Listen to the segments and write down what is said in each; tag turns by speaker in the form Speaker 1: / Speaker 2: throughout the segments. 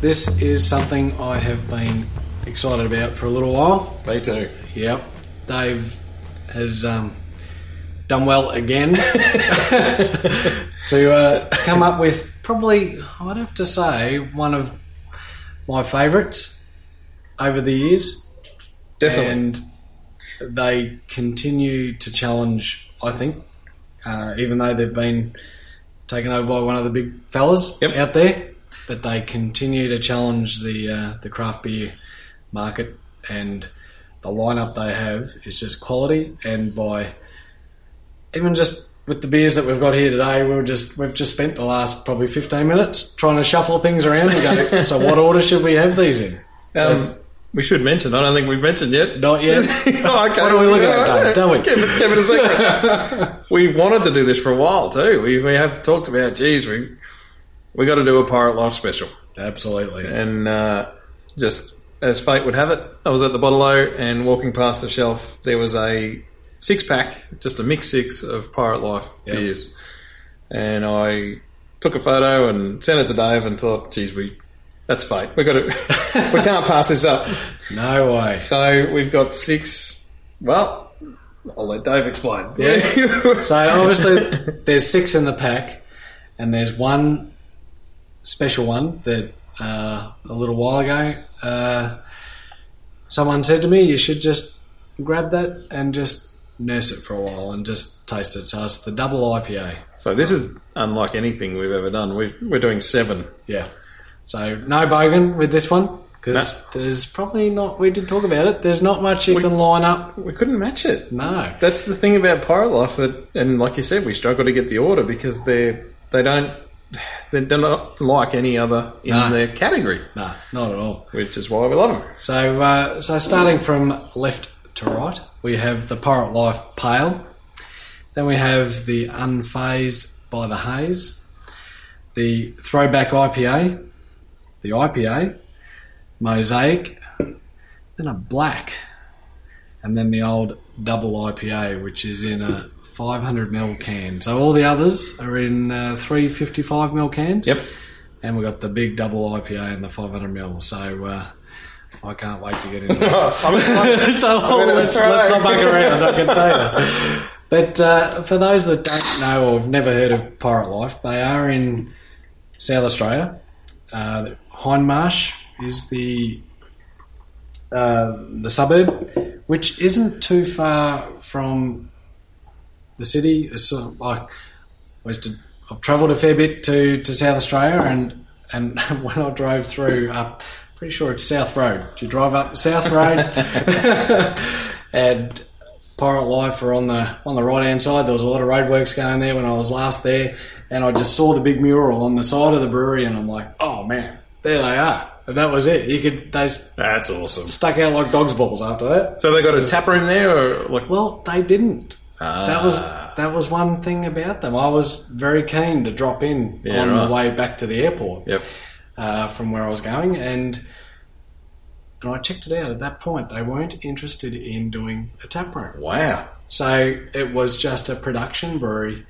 Speaker 1: This is something I have been excited about for a little while.
Speaker 2: Me too.
Speaker 1: Yep. Dave has um, done well again to uh, come up with probably, I'd have to say, one of my favourites over the years.
Speaker 2: Definitely.
Speaker 1: And they continue to challenge, I think, uh, even though they've been taken over by one of the big fellas
Speaker 2: Yep.
Speaker 1: out there. But they continue to challenge the uh, the craft beer market, and the lineup they have is just quality. And by even just with the beers that we've got here today, we will just we've just spent the last probably fifteen minutes trying to shuffle things around and go. so what order should we have these in?
Speaker 2: um, we should mention. I don't think we've mentioned yet.
Speaker 1: Not yet.
Speaker 2: oh, okay.
Speaker 1: What are we looking at,
Speaker 2: All
Speaker 1: Dave? Don't we?
Speaker 2: Keep it, keep it a secret. we wanted to do this for a while too. We, we have talked about. Geez, we we got to do a pirate life special,
Speaker 1: Absolutely.
Speaker 2: and uh, just as fate would have it, I was at the bottle O and walking past the shelf, there was a six pack, just a mix six of pirate life
Speaker 1: Yep.
Speaker 2: beers, and I took a photo and sent it to Dave and thought, geez, we. That's fate. We got to. we can't pass this up.
Speaker 1: No way.
Speaker 2: So we've got six. Well, I'll let Dave explain.
Speaker 1: Yeah. So obviously, there's six in the pack, and there's one special one that uh, a little while ago uh, someone said to me, "You should just grab that and just nurse it for a while and just taste it." So it's the double IPA.
Speaker 2: so this is unlike anything we've ever done. We've, we're doing seven.
Speaker 1: Yeah. So no bogan with this one because
Speaker 2: No.
Speaker 1: there's probably not. We did talk about it. There's not much you
Speaker 2: We-
Speaker 1: can line up.
Speaker 2: We couldn't match it.
Speaker 1: No.
Speaker 2: That's the thing about Pirate Life that, and like you said, we struggle to get the order because they're they don't they're not like any other in
Speaker 1: No.
Speaker 2: their category,
Speaker 1: No. Not at all.
Speaker 2: which is why we love them.
Speaker 1: So, uh, so starting from left to right, we have the Pirate Life Pale. Then we have the Unfazed by the Haze, the Throwback IPA, the IPA, Mosaic, then a Black, and then the old Double IPA, which is in a 500 ml can. So all the others are in uh, 355 ml cans
Speaker 2: Yep.
Speaker 1: and we got the big double IPA and the 500 ml. So uh, I can't wait to get into
Speaker 2: I'm
Speaker 1: it. so let's, let's not bug around. I can tell you. But uh, for those that don't know or have never heard of Pirate Life, they are in South Australia. Uh, Hindmarsh is the uh, the suburb, which isn't too far from the city. It's sort of like I used to- I've travelled a fair bit to, to South Australia, and and when I drove through, up, pretty sure it's South Road. Do you drive up South Road? and Pirate Life were on the on the right hand side. There was a lot of roadworks going there when I was last there, and I just saw the big mural on the side of the brewery, and I'm like, oh man, there they are. And that was it. You could they s-
Speaker 2: That's awesome.
Speaker 1: stuck out like dog's balls after that.
Speaker 2: So they got a tap room there, or like
Speaker 1: Well, they didn't. That was
Speaker 2: Ah.
Speaker 1: that was one thing about them. I was very keen to drop in
Speaker 2: Yeah,
Speaker 1: on
Speaker 2: right.
Speaker 1: the way back to the airport
Speaker 2: Yep.
Speaker 1: uh, from where I was going, and and I checked it out. At that point, they weren't interested in doing a tap room,
Speaker 2: Wow.
Speaker 1: so it was just a production brewery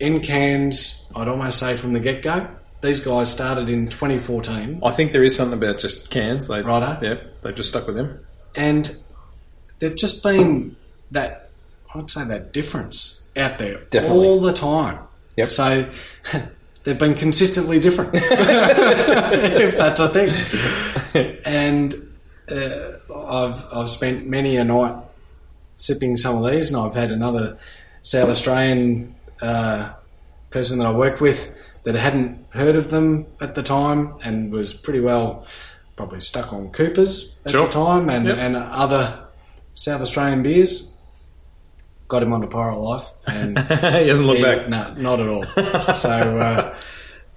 Speaker 1: in cans. I'd almost say from the get go. These guys started in 2014,
Speaker 2: I think there is something about just cans. They
Speaker 1: Righto.
Speaker 2: Yep. They just stuck with them.
Speaker 1: and they've just been that I'd say that difference out there
Speaker 2: Definitely.
Speaker 1: all the time.
Speaker 2: Yep.
Speaker 1: So they've been consistently different, if that's a thing. And uh, I've I've spent many a night sipping some of these, and I've had another South Australian uh, person that I worked with that hadn't heard of them at the time and was pretty well probably stuck on Coopers at
Speaker 2: Sure.
Speaker 1: the time and,
Speaker 2: Yep.
Speaker 1: and other South Australian beers. Got him onto Pirate Life and
Speaker 2: he hasn't looked
Speaker 1: yeah,
Speaker 2: back.
Speaker 1: No, not at all. so, uh,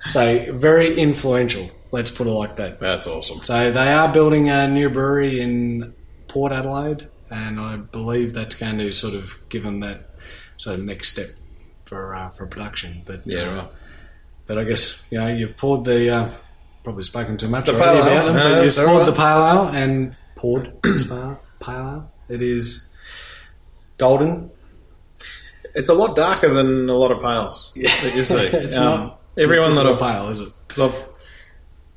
Speaker 1: so very influential. Let's put it like that.
Speaker 2: That's awesome.
Speaker 1: So they are building a new brewery in Port Adelaide, and I believe that's going to sort of give them that sort of next step for uh, for production. But
Speaker 2: Yeah,
Speaker 1: uh,
Speaker 2: right.
Speaker 1: but I guess you know you've poured the uh, probably spoken too much
Speaker 2: The
Speaker 1: already
Speaker 2: pale ale.
Speaker 1: about them,
Speaker 2: No,
Speaker 1: but you've
Speaker 2: it's all
Speaker 1: poured
Speaker 2: right.
Speaker 1: the pale ale and poured this pale pale ale. It is golden.
Speaker 2: It's a lot darker than a lot of pails that you see.
Speaker 1: It's
Speaker 2: Um,
Speaker 1: not
Speaker 2: everyone that
Speaker 1: typical
Speaker 2: I've,
Speaker 1: pale, is it?
Speaker 2: cause I've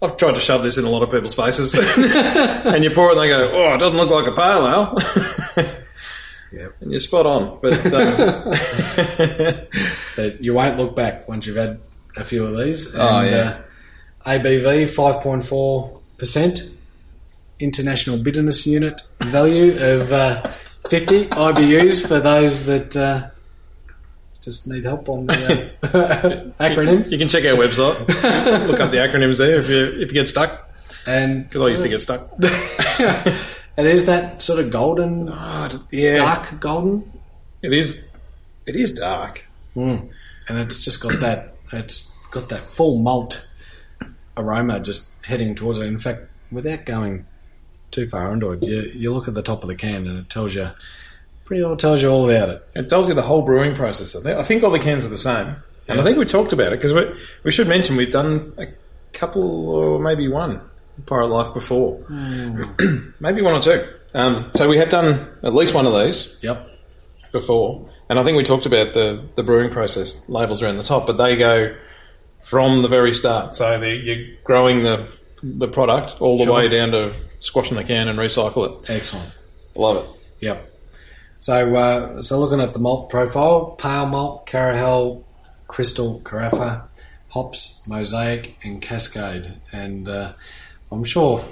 Speaker 2: I've tried to shove this in a lot of people's faces, and you pour it and they go, "Oh, it doesn't look like a pale ale."
Speaker 1: Yep.
Speaker 2: And you're spot on, but um,
Speaker 1: But you won't look back once you've had a few of these. And,
Speaker 2: Oh, yeah.
Speaker 1: Uh, ABV 5.4%, international bitterness unit value of uh, 50 IBUs for those that uh, just need help on the uh, acronyms.
Speaker 2: you can check our website. Look up the acronyms there if you if you get stuck.
Speaker 1: And,
Speaker 2: Because I used to get stuck.
Speaker 1: and is that sort of golden,
Speaker 2: yeah,
Speaker 1: dark golden?
Speaker 2: it is. It is dark.
Speaker 1: Mm. And it's just got that it's got that full malt aroma just heading towards it. In fact, without going too far into it, you, you look at the top of the can and it tells you pretty well tells you all about it.
Speaker 2: It tells you the whole brewing process. I think- I think all the cans are the same, and I think we talked about it because we we should mention we've done a couple or maybe one pirate life before, maybe one or two. Um, so we have done at least one of these.
Speaker 1: Yep.
Speaker 2: before, and I think we talked about the, the brewing process labels around the top, but they go from the very start. So the, you're growing the the product all the
Speaker 1: Sure.
Speaker 2: way down to squashing the can and recycle it.
Speaker 1: Excellent.
Speaker 2: Love it.
Speaker 1: Yep. So uh, so looking at the malt profile, pale malt, Carahel, crystal, carafa, hops, mosaic, and cascade. And uh, I'm sure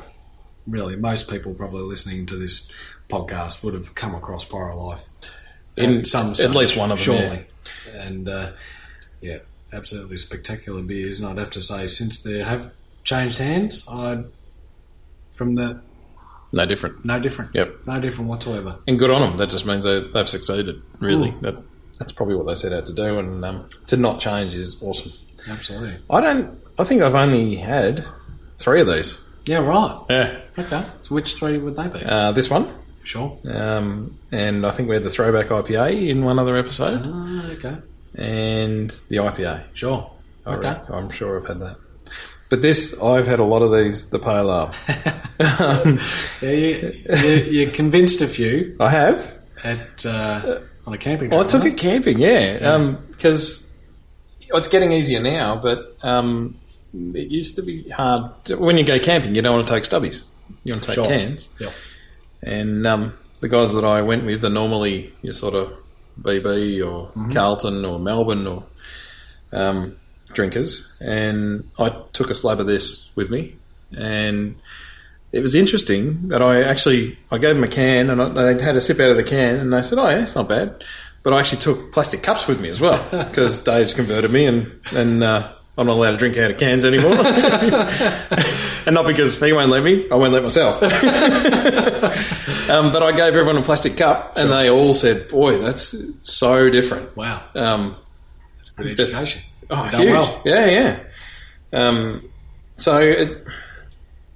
Speaker 1: really most people probably listening to this podcast would have come across Pyro Life
Speaker 2: In-
Speaker 1: at some
Speaker 2: at
Speaker 1: stage,
Speaker 2: least one of them,
Speaker 1: surely. And uh, yeah, absolutely spectacular beers. And I'd have to say, since they have changed hands, I from the
Speaker 2: No different.
Speaker 1: no different,
Speaker 2: Yep.
Speaker 1: no different whatsoever.
Speaker 2: And good on them. That just means they, they've succeeded, really. That, that's probably what they set out to do, and um, to not change is awesome.
Speaker 1: Absolutely.
Speaker 2: I don't. I think I've only had three of these.
Speaker 1: Yeah, right.
Speaker 2: Yeah.
Speaker 1: Okay. So which three would they be?
Speaker 2: Uh, this one,
Speaker 1: Sure.
Speaker 2: um, and I think we had the throwback IPA in one other episode.
Speaker 1: Ah, okay.
Speaker 2: and the IPA.
Speaker 1: Sure.
Speaker 2: I
Speaker 1: Okay.
Speaker 2: reckon. I'm sure I've had that. But this, I've had a lot of these, the pale ale. Um,
Speaker 1: Yeah, you, you, you convinced a few
Speaker 2: I have.
Speaker 1: at uh, on a camping trip.
Speaker 2: Well, I took
Speaker 1: right?
Speaker 2: it camping, yeah. Because it's getting easier now, but um, it used to be hard. to- when you go camping, you don't want to take stubbies. You want to take
Speaker 1: Sure.
Speaker 2: cans.
Speaker 1: Yep.
Speaker 2: And um, the guys that I went with are normally your sort of BB or
Speaker 1: Mm-hmm.
Speaker 2: Carlton or Melbourne or um, drinkers. And I took a slab of this with me, and it was interesting that I actually I gave them a can and I, they had a sip out of the can, and they said, "Oh yeah, it's not bad." But I actually took plastic cups with me as well because Dave's converted me, and and uh, I'm not allowed to drink out of cans anymore. and not because he won't let me, I won't let myself. um, but I gave everyone a plastic cup, and they all said, "Boy, that's so different."
Speaker 1: Wow,
Speaker 2: Um,
Speaker 1: that's a good
Speaker 2: Just-
Speaker 1: education.
Speaker 2: Oh,
Speaker 1: Done
Speaker 2: huge.
Speaker 1: well.
Speaker 2: Yeah, yeah. Um, so, it,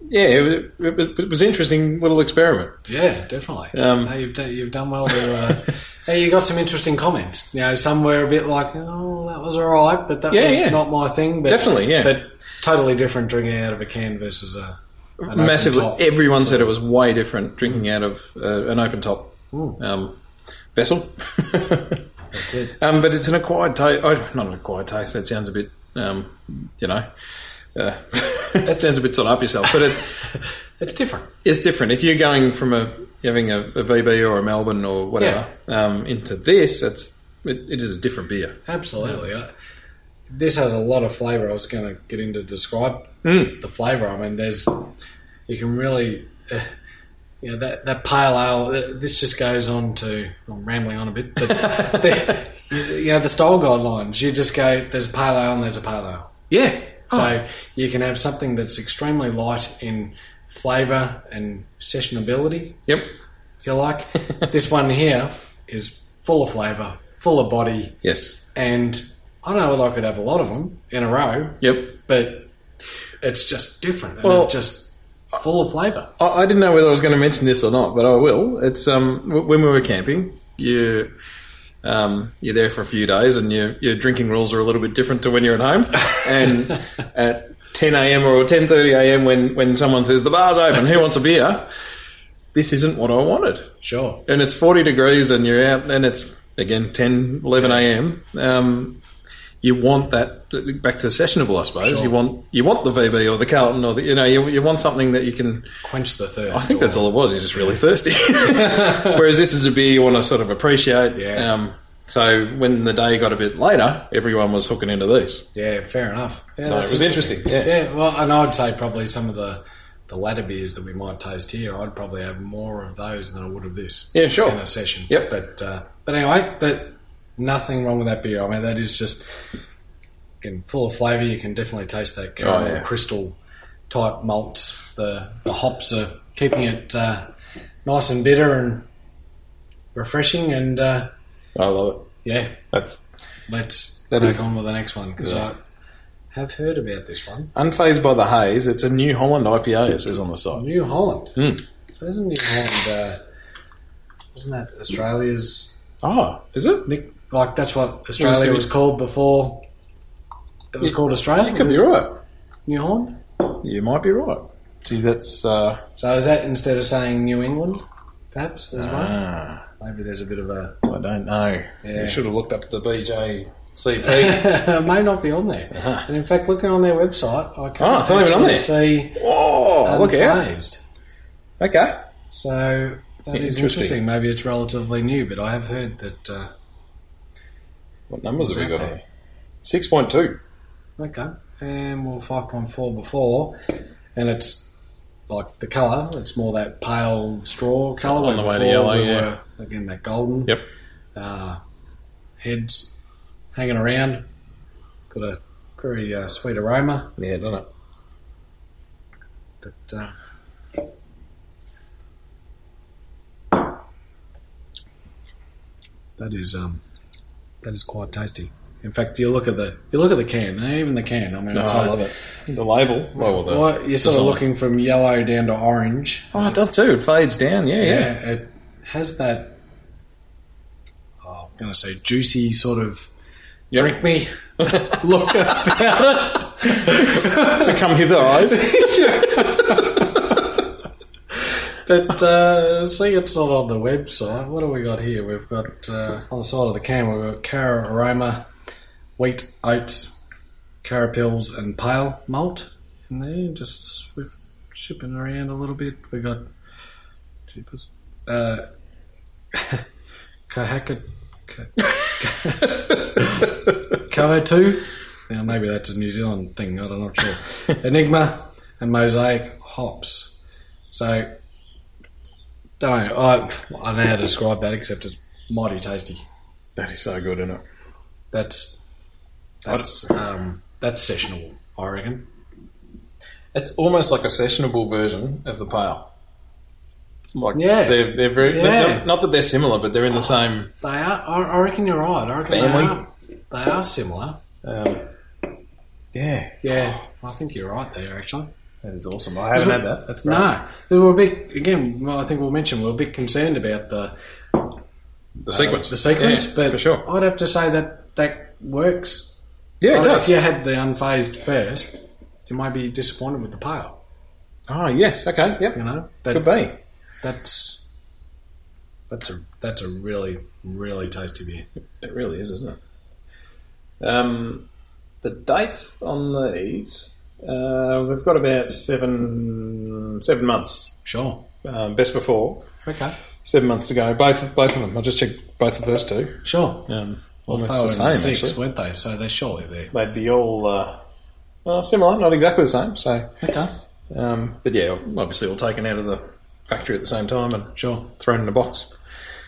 Speaker 2: yeah, it, it, was- it was an interesting little experiment.
Speaker 1: Yeah, definitely.
Speaker 2: Um,
Speaker 1: no, you've done, you've done well. To, uh, hey, you got some interesting comments. You know, some were a bit like, "Oh, that was all right," but that
Speaker 2: Yeah,
Speaker 1: was
Speaker 2: yeah.
Speaker 1: not my thing. But,
Speaker 2: Definitely, yeah.
Speaker 1: But totally different drinking out of a can versus a an open
Speaker 2: Massively,
Speaker 1: top.
Speaker 2: everyone said it was way different drinking out of uh, an open top
Speaker 1: Mm.
Speaker 2: um, vessel.
Speaker 1: That's it.
Speaker 2: um, but it's an acquired taste. Oh, not an acquired taste. That sounds a bit, um, you know, uh, that sounds a bit sort of up yourself. But it,
Speaker 1: It's different.
Speaker 2: It's different. If you're going from a having a, a VB or a Melbourne or whatever um, into this, it's it, it is a different beer.
Speaker 1: Absolutely. I, this has a lot of flavour. I was going to get into describe
Speaker 2: Mm.
Speaker 1: the flavour. I mean, there's you can really, uh, you know, that that pale ale. th- This just goes on to I'm rambling on a bit, but the, you know, the style guidelines. You just go. There's a pale ale and there's a pale ale.
Speaker 2: Yeah.
Speaker 1: So you can have something that's extremely light in flavour and sessionability,
Speaker 2: Yep.
Speaker 1: if you like. this one here is full of flavour, full of body
Speaker 2: Yes.
Speaker 1: and I know whether I could have a lot of them in a row,
Speaker 2: Yep.
Speaker 1: but it's just different. And
Speaker 2: Well-
Speaker 1: it's just full of flavour.
Speaker 2: I, I didn't know whether I was going to mention this or not, but I will. It's um w- when we were camping, you. Um, you're there for a few days, and your your drinking rules are a little bit different to when you're at home. And at 10 a.m. or 10:30 a.m. when when someone says the bar's open, who wants a beer? This isn't what I wanted.
Speaker 1: Sure.
Speaker 2: and it's 40 degrees and you're out and it's again 10 11 a.m um, you want that back to sessionable, I suppose. You want you want the VB or the Carlton or the you know you, you want something that you can.
Speaker 1: Quench the thirst.
Speaker 2: I think that's all it was. You're just really thirsty. Whereas this is a beer you want to sort of appreciate.
Speaker 1: Yeah.
Speaker 2: Um, so when the day got a bit later, everyone was hooking into these.
Speaker 1: Yeah, fair enough. Yeah,
Speaker 2: So
Speaker 1: that's
Speaker 2: it was interesting. Yeah.
Speaker 1: Yeah, well, and I'd say probably some of the the latter beers that we might taste here, I'd probably have more of those than I would of this
Speaker 2: Yeah, sure.
Speaker 1: in a session.
Speaker 2: Yep.
Speaker 1: But uh, but anyway, but nothing wrong with that beer. I mean, that is just again full of flavour. You can definitely taste that caramel
Speaker 2: Oh, yeah.
Speaker 1: crystal type malt. The the hops are keeping it uh, nice and bitter and refreshing. And uh,
Speaker 2: I love it.
Speaker 1: yeah,
Speaker 2: That's
Speaker 1: let's
Speaker 2: That
Speaker 1: crack
Speaker 2: is-
Speaker 1: on with the next one because I have heard about this one.
Speaker 2: unfazed by the haze. It's a New Holland IPA. It says on the side.
Speaker 1: New Holland.
Speaker 2: Hmm.
Speaker 1: So isn't New Holland? Uh, isn't that Australia's?
Speaker 2: Oh, is it? Nick,
Speaker 1: Like that's what Australia was,
Speaker 2: it-
Speaker 1: called before. It was
Speaker 2: You-
Speaker 1: called Australia.
Speaker 2: you could
Speaker 1: was
Speaker 2: be right.
Speaker 1: New Holland.
Speaker 2: You might be right. Gee, that's uh,
Speaker 1: So is that instead of saying New England, perhaps as well?
Speaker 2: ah,
Speaker 1: Maybe there's a bit of a.
Speaker 2: I don't know.
Speaker 1: Yeah.
Speaker 2: You should have looked up the BJCP.
Speaker 1: it may not be on there.
Speaker 2: Uh-huh.
Speaker 1: And in fact, looking on their website, I can't
Speaker 2: Oh, it's not even on
Speaker 1: actually
Speaker 2: there.
Speaker 1: see
Speaker 2: Whoa, Oh, look out!
Speaker 1: unfazed.
Speaker 2: Okay,
Speaker 1: So that is
Speaker 2: Interesting.
Speaker 1: interesting. Maybe it's relatively new, but I have heard that. Uh,
Speaker 2: what numbers have we got on
Speaker 1: Exactly.
Speaker 2: here? Six point two.
Speaker 1: Okay, and well, five point four before, and it's like the colour. It's more that pale straw colour.
Speaker 2: On the
Speaker 1: where
Speaker 2: way to
Speaker 1: before
Speaker 2: yellow, yeah.
Speaker 1: were, again that golden.
Speaker 2: Yep.
Speaker 1: Uh, heads hanging around. Got a very uh, sweet aroma,
Speaker 2: Yeah, done it.
Speaker 1: but uh, that is um, that is quite tasty. In fact, you look at the you look at the can. eh, Even the can. I mean,
Speaker 2: No,
Speaker 1: it's
Speaker 2: I
Speaker 1: like-
Speaker 2: love it. The label. Oh, well, the,
Speaker 1: well, you're sort of
Speaker 2: design.
Speaker 1: looking from yellow down to orange.
Speaker 2: oh, it does too. It fades down. Yeah, yeah.
Speaker 1: it has that. Oh, I'm going to say juicy sort of
Speaker 2: Yep.
Speaker 1: drink me look about
Speaker 2: They
Speaker 1: it.
Speaker 2: Come hither, eyes.
Speaker 1: but uh, see, it's not on the website. What do we got here? We've got uh, on the side of the can. We've got Cara Aroma, wheat, oats, Cara pills, and pale malt in there. Just we're shipping around a little bit. We got Jeepers. Uh, Kahaka. Kahotu. Now, maybe that's a New Zealand thing. I don't- I'm not sure. Enigma and Mosaic hops. So, don't know. I, I don't know how to describe that except it's mighty tasty.
Speaker 2: that is so good, isn't it?
Speaker 1: That's that's um, that's sessionable, I reckon.
Speaker 2: It's almost like a sessionable version of the pale. Like,
Speaker 1: Yeah.
Speaker 2: they're they're very
Speaker 1: Yeah.
Speaker 2: not, not that they're similar, but they're in the same.
Speaker 1: They are. I, I reckon you're right. I reckon
Speaker 2: Family.
Speaker 1: they are. They are similar.
Speaker 2: Um, yeah,
Speaker 1: Yeah, I think you're right there. Actually.
Speaker 2: that is awesome. I haven't had that. That's great.
Speaker 1: No, we were a bit again. Well, I think we'll mention we were a bit concerned about the
Speaker 2: The sequence,
Speaker 1: the sequence,
Speaker 2: Yeah,
Speaker 1: but
Speaker 2: for sure. Oh,
Speaker 1: I'd have to say that that works.
Speaker 2: Yeah, it
Speaker 1: I mean, If
Speaker 2: does.
Speaker 1: you had the unfazed first, you might be disappointed with the pale.
Speaker 2: Oh yes, okay, yep,
Speaker 1: You know,
Speaker 2: could
Speaker 1: but
Speaker 2: be.
Speaker 1: that's that's a that's a really really tasty beer.
Speaker 2: It really is, isn't it? Um, the dates on these, uh, they've got about seven seven months.
Speaker 1: Sure.
Speaker 2: Um, best before
Speaker 1: Okay.
Speaker 2: seven months to go. Both both of them. I just checked both of those two.
Speaker 1: Sure.
Speaker 2: Um,
Speaker 1: Well, they
Speaker 2: almost
Speaker 1: were in
Speaker 2: the
Speaker 1: the
Speaker 2: same.
Speaker 1: six,
Speaker 2: actually.
Speaker 1: weren't they? So they're surely there.
Speaker 2: They'd be all uh, well, similar, not exactly the same. So,
Speaker 1: Okay.
Speaker 2: um, but yeah, obviously all taken out of the factory at the same time and
Speaker 1: Sure.
Speaker 2: thrown in a box.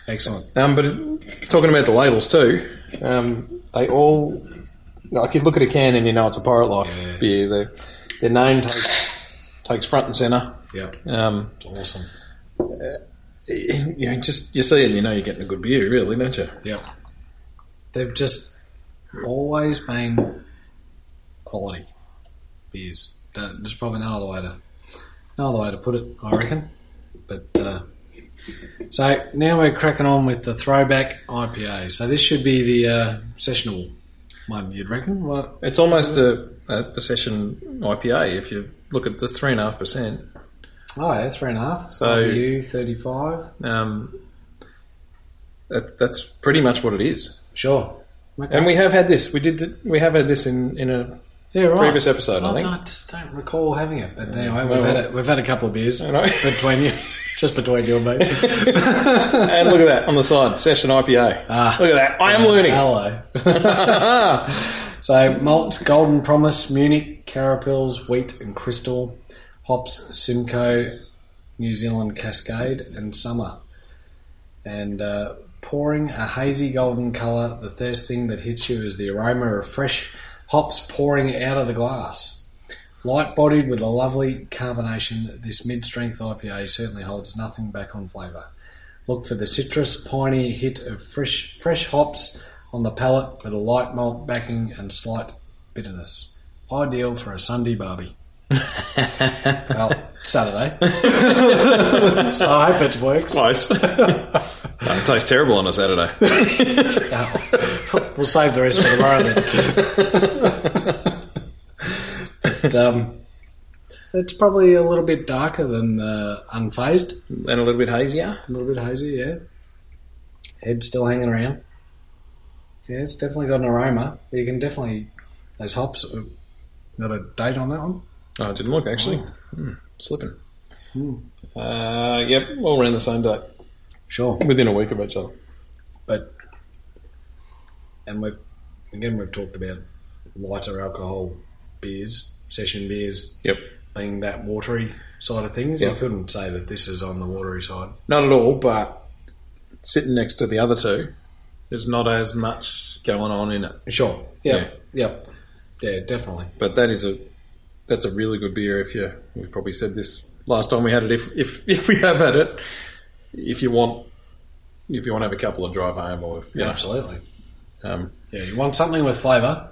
Speaker 1: Excellent.
Speaker 2: Um, but it, talking about the labels too, um, they all like you look at a can and you know it's a Pirate Life
Speaker 1: Yeah.
Speaker 2: beer. Their their name takes takes front and center.
Speaker 1: Yep.
Speaker 2: Um,
Speaker 1: It's awesome.
Speaker 2: you you just you see it and you know you're getting a good beer, really, don't you?
Speaker 1: Yep. They've just always been quality beers. That- There's probably no other way to no other way to put it, I reckon. But uh, so now we're cracking on with the throwback IPA. So this should be the uh, sessionable one, you'd reckon? What?
Speaker 2: It's almost a, a, a session IPA if you look at the three and a half percent.
Speaker 1: Oh yeah, three and a half.
Speaker 2: So-
Speaker 1: you thirty-five.
Speaker 2: Um, that, that's pretty much what it is.
Speaker 1: Sure. Okay.
Speaker 2: And we have had this. We did. th- We have had this in in a
Speaker 1: yeah, right.
Speaker 2: previous episode.
Speaker 1: Oh,
Speaker 2: I think.
Speaker 1: no, I just don't recall having it. But anyway, we've
Speaker 2: Well-
Speaker 1: had it. We've had a couple of beers
Speaker 2: I know.
Speaker 1: between you, just between you and me.
Speaker 2: and look at that on the side, session IPA.
Speaker 1: Ah.
Speaker 2: look at that. I am learning.
Speaker 1: Hello. so malts, Golden Promise, Munich, Carapils, Wheat and Crystal, hops, Simcoe, New Zealand Cascade, and Summer. And uh, pouring a hazy golden colour, the first thing that hits you is the aroma of fresh hops pouring out of the glass. Light bodied with a lovely carbonation, this mid strength IPA certainly holds nothing back on flavour. Look for the citrus, piney hit of fresh fresh hops on the palate with a light malt backing and slight bitterness. Ideal for a Sunday barbie. well, Saturday. so I hope it works.
Speaker 2: Close. No, it tastes terrible on a Saturday.
Speaker 1: Yeah. we'll save the rest for tomorrow then. but, um, it's probably a little bit darker than uh, unfazed.
Speaker 2: and a little bit hazier.
Speaker 1: A little bit hazy, yeah. Head still hanging around. Yeah, it's definitely got an aroma. You can definitely those hops. uh, Got a date on that one?
Speaker 2: Oh, I didn't look actually. Hmm, slipping.
Speaker 1: Hmm.
Speaker 2: Uh, yep, all around the same date,
Speaker 1: Sure.
Speaker 2: within a week of each other.
Speaker 1: And we've again we've talked about lighter alcohol beers, session beers.
Speaker 2: Yep.
Speaker 1: Being that watery side of things,
Speaker 2: Yeah.
Speaker 1: I couldn't say that this is on the watery side.
Speaker 2: Not at all, but sitting next to the other two, there's not as much going on in it.
Speaker 1: Sure. Yep. Yeah. Yep. Yeah, definitely.
Speaker 2: But that is a that's a really good beer. If you we probably said this last time we had it. If if, if we have had it, if you want if you want to have a couple and drive home or you know,
Speaker 1: Absolutely.
Speaker 2: um,
Speaker 1: Yeah, you want something with flavour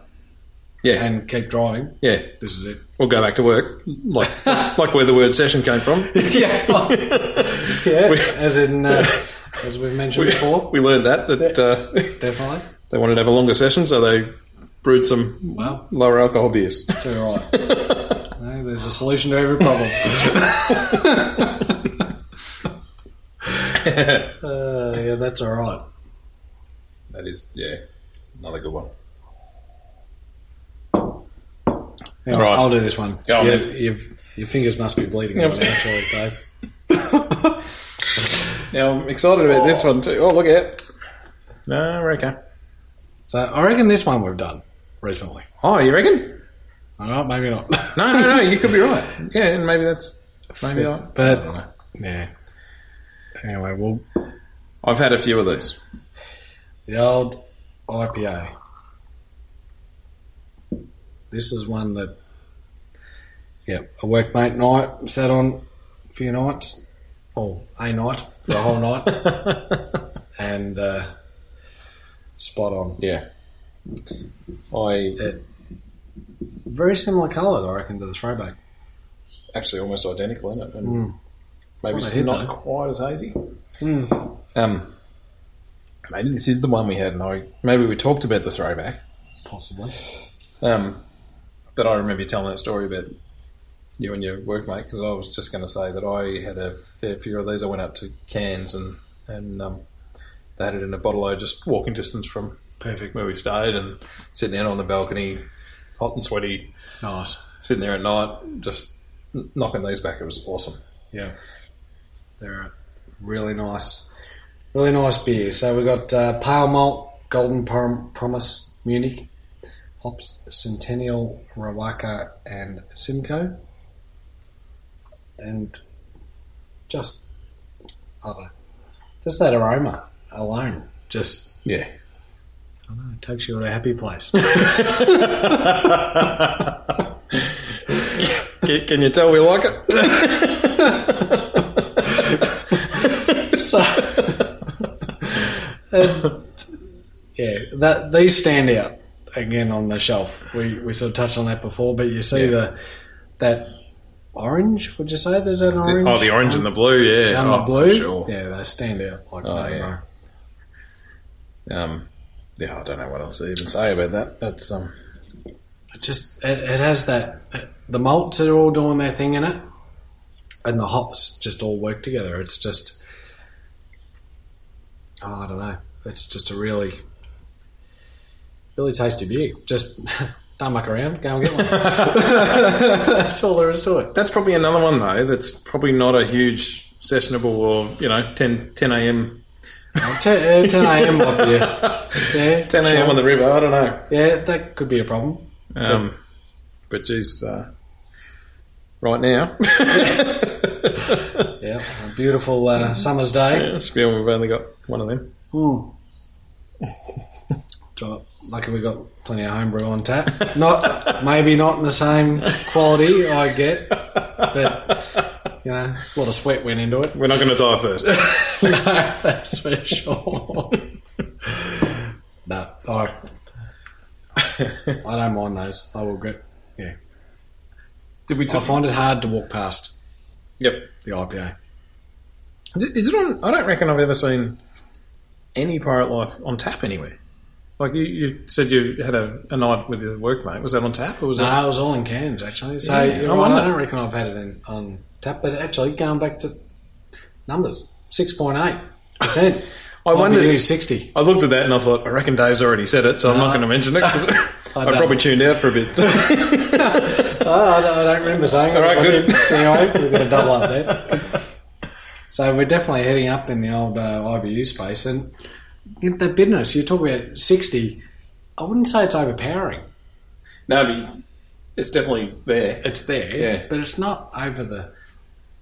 Speaker 2: yeah
Speaker 1: and keep driving.
Speaker 2: yeah,
Speaker 1: This is it.
Speaker 2: or go back to work like like where the word session came from.
Speaker 1: yeah, yeah.
Speaker 2: We-
Speaker 1: as in, uh, as we've mentioned
Speaker 2: We,
Speaker 1: before,
Speaker 2: we learned that that uh,
Speaker 1: definitely.
Speaker 2: they wanted to have a longer session, so they brewed some
Speaker 1: Well,
Speaker 2: lower alcohol beers.
Speaker 1: it's all right. No, there's a solution to every problem.
Speaker 2: that
Speaker 1: Uh, yeah, that's all right.
Speaker 2: is yeah, another good one.
Speaker 1: All
Speaker 2: All right.
Speaker 1: I'll do this one.
Speaker 2: Go on
Speaker 1: You-
Speaker 2: then.
Speaker 1: you've- your fingers must be bleeding.
Speaker 2: Yep.
Speaker 1: right now, surely, Dave.
Speaker 2: Now I'm excited about this one too. Oh, look out! No, we're okay.
Speaker 1: So I reckon this one we've done recently.
Speaker 2: Oh, you reckon?
Speaker 1: All right, maybe not.
Speaker 2: No, no, no. You could be right. Yeah, and maybe that's maybe I.
Speaker 1: But-
Speaker 2: I don't know.
Speaker 1: yeah. Anyway, well,
Speaker 2: I've had a few of these.
Speaker 1: the old IPA. This is one that, yeah, a workmate and I sat on a few nights, or a night for a whole night, and uh, spot on.
Speaker 2: yeah, I
Speaker 1: Very similar coloured, I reckon, to the throwback.
Speaker 2: actually almost identical in it, and
Speaker 1: Mm.
Speaker 2: maybe
Speaker 1: What a
Speaker 2: it's
Speaker 1: hit,
Speaker 2: not
Speaker 1: though.
Speaker 2: quite as hazy.
Speaker 1: Mm.
Speaker 2: Um, maybe this is the one we had, and I maybe we talked about the throwback.
Speaker 1: Possibly.
Speaker 2: Um, but I remember you telling that story about you and your workmate because I was just going to say that I had a fair few of these. I went up to Cairns and and um, they had it in a bottle. I just walking distance from
Speaker 1: Perfect.
Speaker 2: where we stayed and sitting down on the balcony, hot and sweaty,
Speaker 1: Nice.
Speaker 2: sitting there at night, just kn- knocking these back. It was awesome.
Speaker 1: They're a really nice, really nice beer. So we've got uh, Pale Malt, Golden Prom- Promise, Munich, Hops, Centennial, Rawaka, and Simcoe. And just other, just that aroma alone, just
Speaker 2: Yeah.
Speaker 1: I don't know, it takes you to a happy place.
Speaker 2: can, can you tell we like it?
Speaker 1: so, Um, yeah, that these stand out again on the shelf. We we sort of touched on that before, but you see
Speaker 2: Yeah.
Speaker 1: the that orange. Would you say there's that orange?
Speaker 2: Oh, the orange and the blue, yeah.
Speaker 1: and the
Speaker 2: oh,
Speaker 1: blue.
Speaker 2: For sure.
Speaker 1: Yeah, they stand out like
Speaker 2: Oh,
Speaker 1: day,
Speaker 2: yeah.
Speaker 1: bro.
Speaker 2: Um, yeah, I don't know what else to even say about that. That's um,
Speaker 1: It just it, it has that the malts are all doing their thing in it, and the hops just all work together. It's just oh, I don't know. It's just a really really tasty beer. Just don't muck around. Go and get one. That's all there is to it.
Speaker 2: That's probably another one though. That's probably not a huge sessionable or you know 10, 10 a.m.
Speaker 1: 10, uh, 10 a.m. up here. Yeah,
Speaker 2: 10 a.m.
Speaker 1: sure.
Speaker 2: on the river. I don't know.
Speaker 1: Yeah, that could be a problem.
Speaker 2: Um, but geez, uh, right now,
Speaker 1: Yeah, a beautiful uh, summer's day.
Speaker 2: it's feel we've only got one of them.
Speaker 1: Mm. So, Lucky we got plenty of homebrew on tap. Not maybe not in the same quality I get, but you know, a lot of sweat went into it.
Speaker 2: We're not going to die first.
Speaker 1: no, that's for sure. no, I, I don't mind those. I will get. Yeah,
Speaker 2: Did we
Speaker 1: I find it hard to walk past
Speaker 2: Yep.
Speaker 1: the IPA.
Speaker 2: Is it on? I don't reckon I've ever seen any Pirate Life on tap anywhere. Like you, you said, you had a, a night with your workmate. Was that on tap or was
Speaker 1: No, it was all in cans actually. So
Speaker 2: Yeah,
Speaker 1: you
Speaker 2: I
Speaker 1: know, what,
Speaker 2: wonder.
Speaker 1: I don't reckon I've had it in, on tap, but actually going back to numbers, six point eight percent.
Speaker 2: that? I wondered.
Speaker 1: sixty.
Speaker 2: I looked at that and I thought, I reckon Dave's already said it, so I'm not
Speaker 1: No.
Speaker 2: going to mention it. 'cause I,
Speaker 1: don't.
Speaker 2: probably tuned out for a bit. Ah,
Speaker 1: Oh, I don't- I don't remember saying. it.
Speaker 2: All right,
Speaker 1: I
Speaker 2: good.
Speaker 1: did. Anyway, we've got a double up there. So we're definitely heading up in the old uh, IBU space, and in the bitterness you talk about sixty. I wouldn't say it's overpowering.
Speaker 2: no, but it's definitely there.
Speaker 1: It's there,
Speaker 2: Yeah.
Speaker 1: but it's not over the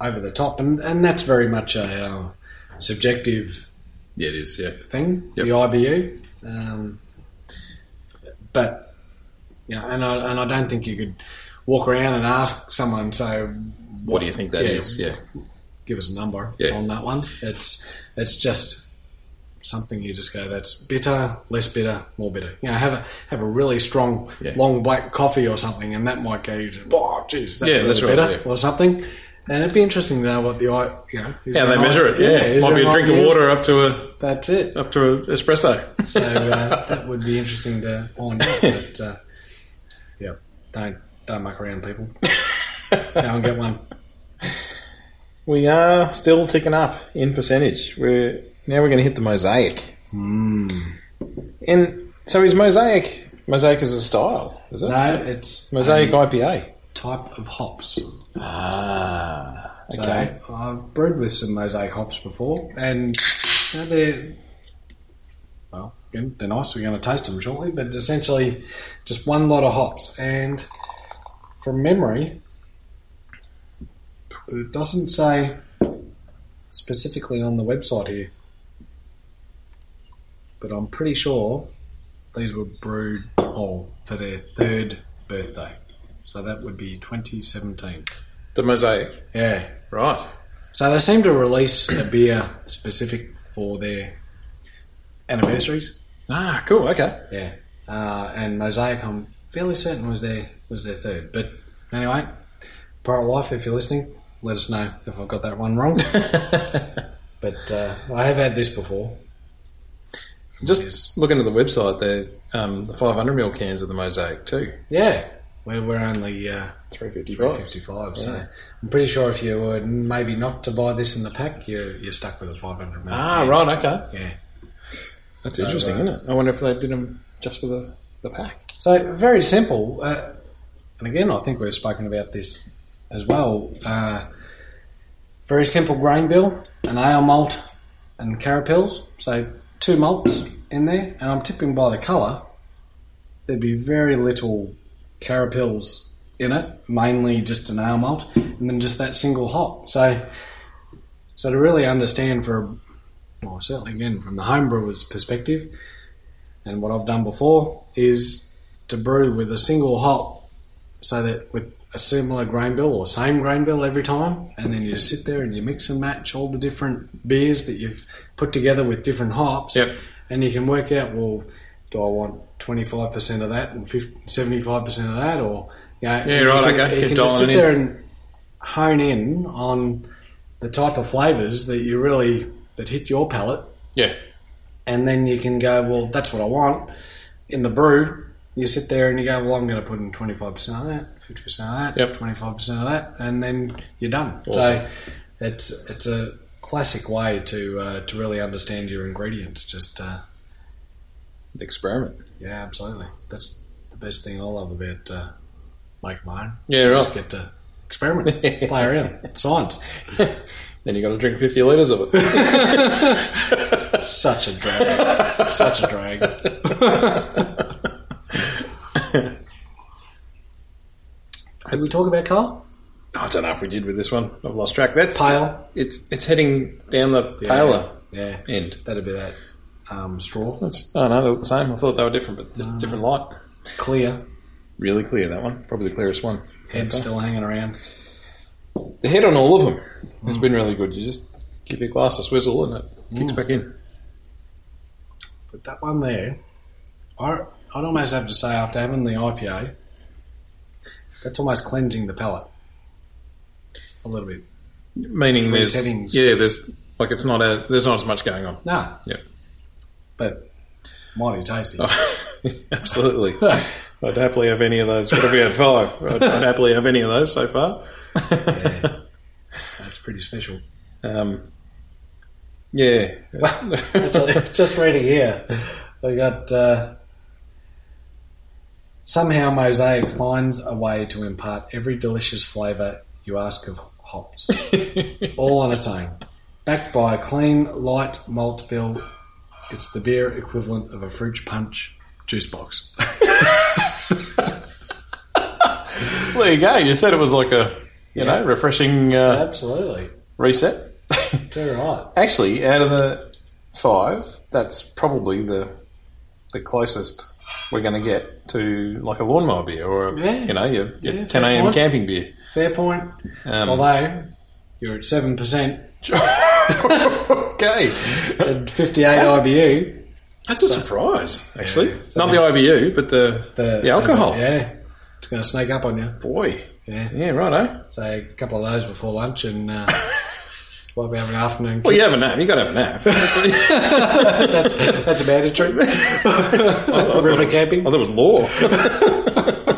Speaker 1: over the top, and and that's very much a uh, subjective
Speaker 2: Yeah, it is. Yeah.
Speaker 1: thing,
Speaker 2: Yep.
Speaker 1: the IBU. Um, but yeah, and I and I don't think you could walk around and ask someone. So
Speaker 2: What do you think that
Speaker 1: Yeah.
Speaker 2: is? Yeah.
Speaker 1: give us a number
Speaker 2: Yeah.
Speaker 1: on that one. It's it's just something you just go. That's bitter, less bitter, more bitter. You know, have a have a really strong
Speaker 2: Yeah.
Speaker 1: long black coffee or something, and that might go you to oh, geez, that's
Speaker 2: Yeah,
Speaker 1: really
Speaker 2: that's right,
Speaker 1: bitter
Speaker 2: yeah.
Speaker 1: or something. And it'd be interesting to know what the I you know is
Speaker 2: How
Speaker 1: there
Speaker 2: they
Speaker 1: an
Speaker 2: measure
Speaker 1: I-
Speaker 2: it. Yeah.
Speaker 1: is
Speaker 2: Might
Speaker 1: there
Speaker 2: be a
Speaker 1: an
Speaker 2: drink of
Speaker 1: IBU?
Speaker 2: water up to a
Speaker 1: That's it.
Speaker 2: up to an espresso.
Speaker 1: So uh, that would be interesting to find out. But uh, yeah, don't don't muck around, people. Go and get one.
Speaker 2: We are still ticking up in percentage. We're now we're going to hit the mosaic, Hmm. and so is mosaic. Mosaic is a style, is it?
Speaker 1: No, it's
Speaker 2: Mosaic IPA.
Speaker 1: a type of hops.
Speaker 2: Ah,
Speaker 1: So
Speaker 2: okay.
Speaker 1: I've brewed with some mosaic hops before, and you know, they're well, again, they're nice. We're going to taste them shortly, but essentially, just one lot of hops. And from memory, it doesn't say specifically on the website here, but I'm pretty sure these were brewed all for their third birthday. So that would be 2017.
Speaker 2: The mosaic,
Speaker 1: Yeah.
Speaker 2: right?
Speaker 1: So they seem to release a beer specific for their anniversaries,
Speaker 2: Ah, cool. Okay.
Speaker 1: uh, and Mosaic, I'm fairly certain was their was their third. But anyway, Pirate Life, if you're listening, let us know if I've got that one wrong. but uh, I have had this before.
Speaker 2: Just looking at the website, there um, the 500 ml cans of the mosaic too.
Speaker 1: Yeah, we're we're only uh,
Speaker 2: 355.
Speaker 1: 355,
Speaker 2: Yeah.
Speaker 1: so I'm pretty sure if you were maybe not to buy this in the pack, you're you're stuck with a 500 ml.
Speaker 2: Ah, right. Okay.
Speaker 1: Yeah.
Speaker 2: That's interesting, isn't it? uh, I wonder if they did them just for the, the pack.
Speaker 1: So very simple, uh, and again, I think we've spoken about this as well. Uh, very simple grain bill, an ale malt, and carapils. So two malts in there, and I'm tipping by the colour. There'd be very little carapils in it, mainly just an ale malt, and then just that single hop. So, so to really understand for, well, certainly again from the homebrewer's perspective, and what I've done before is to brew with a single hop so that with a similar grain bill or same grain bill every time and then you just sit there and you mix and match all the different beers that you've put together with different hops
Speaker 2: Yep.
Speaker 1: and you can work out well do I want 25% of that and 50, 75% of that or you know,
Speaker 2: Yeah,
Speaker 1: you
Speaker 2: right,
Speaker 1: can,
Speaker 2: okay.
Speaker 1: you
Speaker 2: Keep
Speaker 1: can just sit
Speaker 2: dialing in.
Speaker 1: there and hone in on the type of flavors that you really that hit your palate
Speaker 2: Yeah.
Speaker 1: and then you can go, well, that's what I want. In the brew, you sit there and you go, well, I'm going to put in 25% of that, 50% of that,
Speaker 2: Yep.
Speaker 1: 25% of that, and then you're done.
Speaker 2: Awesome.
Speaker 1: So it's it's a classic way to uh, to really understand your ingredients. Just uh,
Speaker 2: experiment.
Speaker 1: Yeah, absolutely. That's the best thing I love about uh, make mine.
Speaker 2: Yeah,
Speaker 1: You
Speaker 2: right.
Speaker 1: Just get to experiment, play around, science.
Speaker 2: Then you got to drink 50 litres of it.
Speaker 1: Such a drag. Such a drag. Did we talk about car?
Speaker 2: I don't know if we did with this one. I've lost track. That's
Speaker 1: Pale.
Speaker 2: it's it's heading down the
Speaker 1: Yeah.
Speaker 2: paler
Speaker 1: Yeah,
Speaker 2: end.
Speaker 1: that'd be that. Um, straw.
Speaker 2: That's, oh no, they're the same. I thought they were different, but just different light.
Speaker 1: Clear.
Speaker 2: Mm. Really clear that one. Probably the clearest one.
Speaker 1: Head still hanging around.
Speaker 2: The head on all of them has been really good. You just give your glass a swizzle and it kicks back in.
Speaker 1: But that one there, I, I'd almost have to say after having the IPA, that's almost cleansing the palate a little bit.
Speaker 2: Meaning
Speaker 1: Three
Speaker 2: there's
Speaker 1: settings.
Speaker 2: yeah, there's like it's not a there's not as much going on.
Speaker 1: No.
Speaker 2: Yep. Oh.
Speaker 1: But mighty tasty.
Speaker 2: Absolutely. I'd happily have any of those. What have we had five? I'd, I'd happily have any of those so far.
Speaker 1: Yeah. That's pretty special.
Speaker 2: Um, yeah.
Speaker 1: Just reading here, we got uh, somehow mosaic finds a way to impart every delicious flavour you ask of hops. all on its own. Backed by a clean, light malt bill, it's the beer equivalent of a fruit punch juice box.
Speaker 2: there you go. You said it was like a you know refreshing uh,
Speaker 1: Absolutely.
Speaker 2: reset.
Speaker 1: They're right.
Speaker 2: Actually, out of the five, that's probably the the closest we're going to get to like a lawnmower beer or a,
Speaker 1: Yeah.
Speaker 2: you know your, your
Speaker 1: Yeah,
Speaker 2: 10
Speaker 1: fair
Speaker 2: a.m.
Speaker 1: point.
Speaker 2: camping beer.
Speaker 1: Fair point.
Speaker 2: Um,
Speaker 1: Although, you're at 7%
Speaker 2: okay,
Speaker 1: and 58 IBU.
Speaker 2: that's a surprise. Actually,
Speaker 1: Yeah.
Speaker 2: not the IBU, but the
Speaker 1: The,
Speaker 2: The alcohol.
Speaker 1: yeah. It's going to sneak up on you.
Speaker 2: boy.
Speaker 1: Yeah.
Speaker 2: Yeah, righto.
Speaker 1: So a couple of those before lunch and uh, might be having an afternoon.
Speaker 2: Well, you have a nap. You got to have a nap. That's what you-
Speaker 1: that's, that's a mandatory. River camping.
Speaker 2: oh, that was law.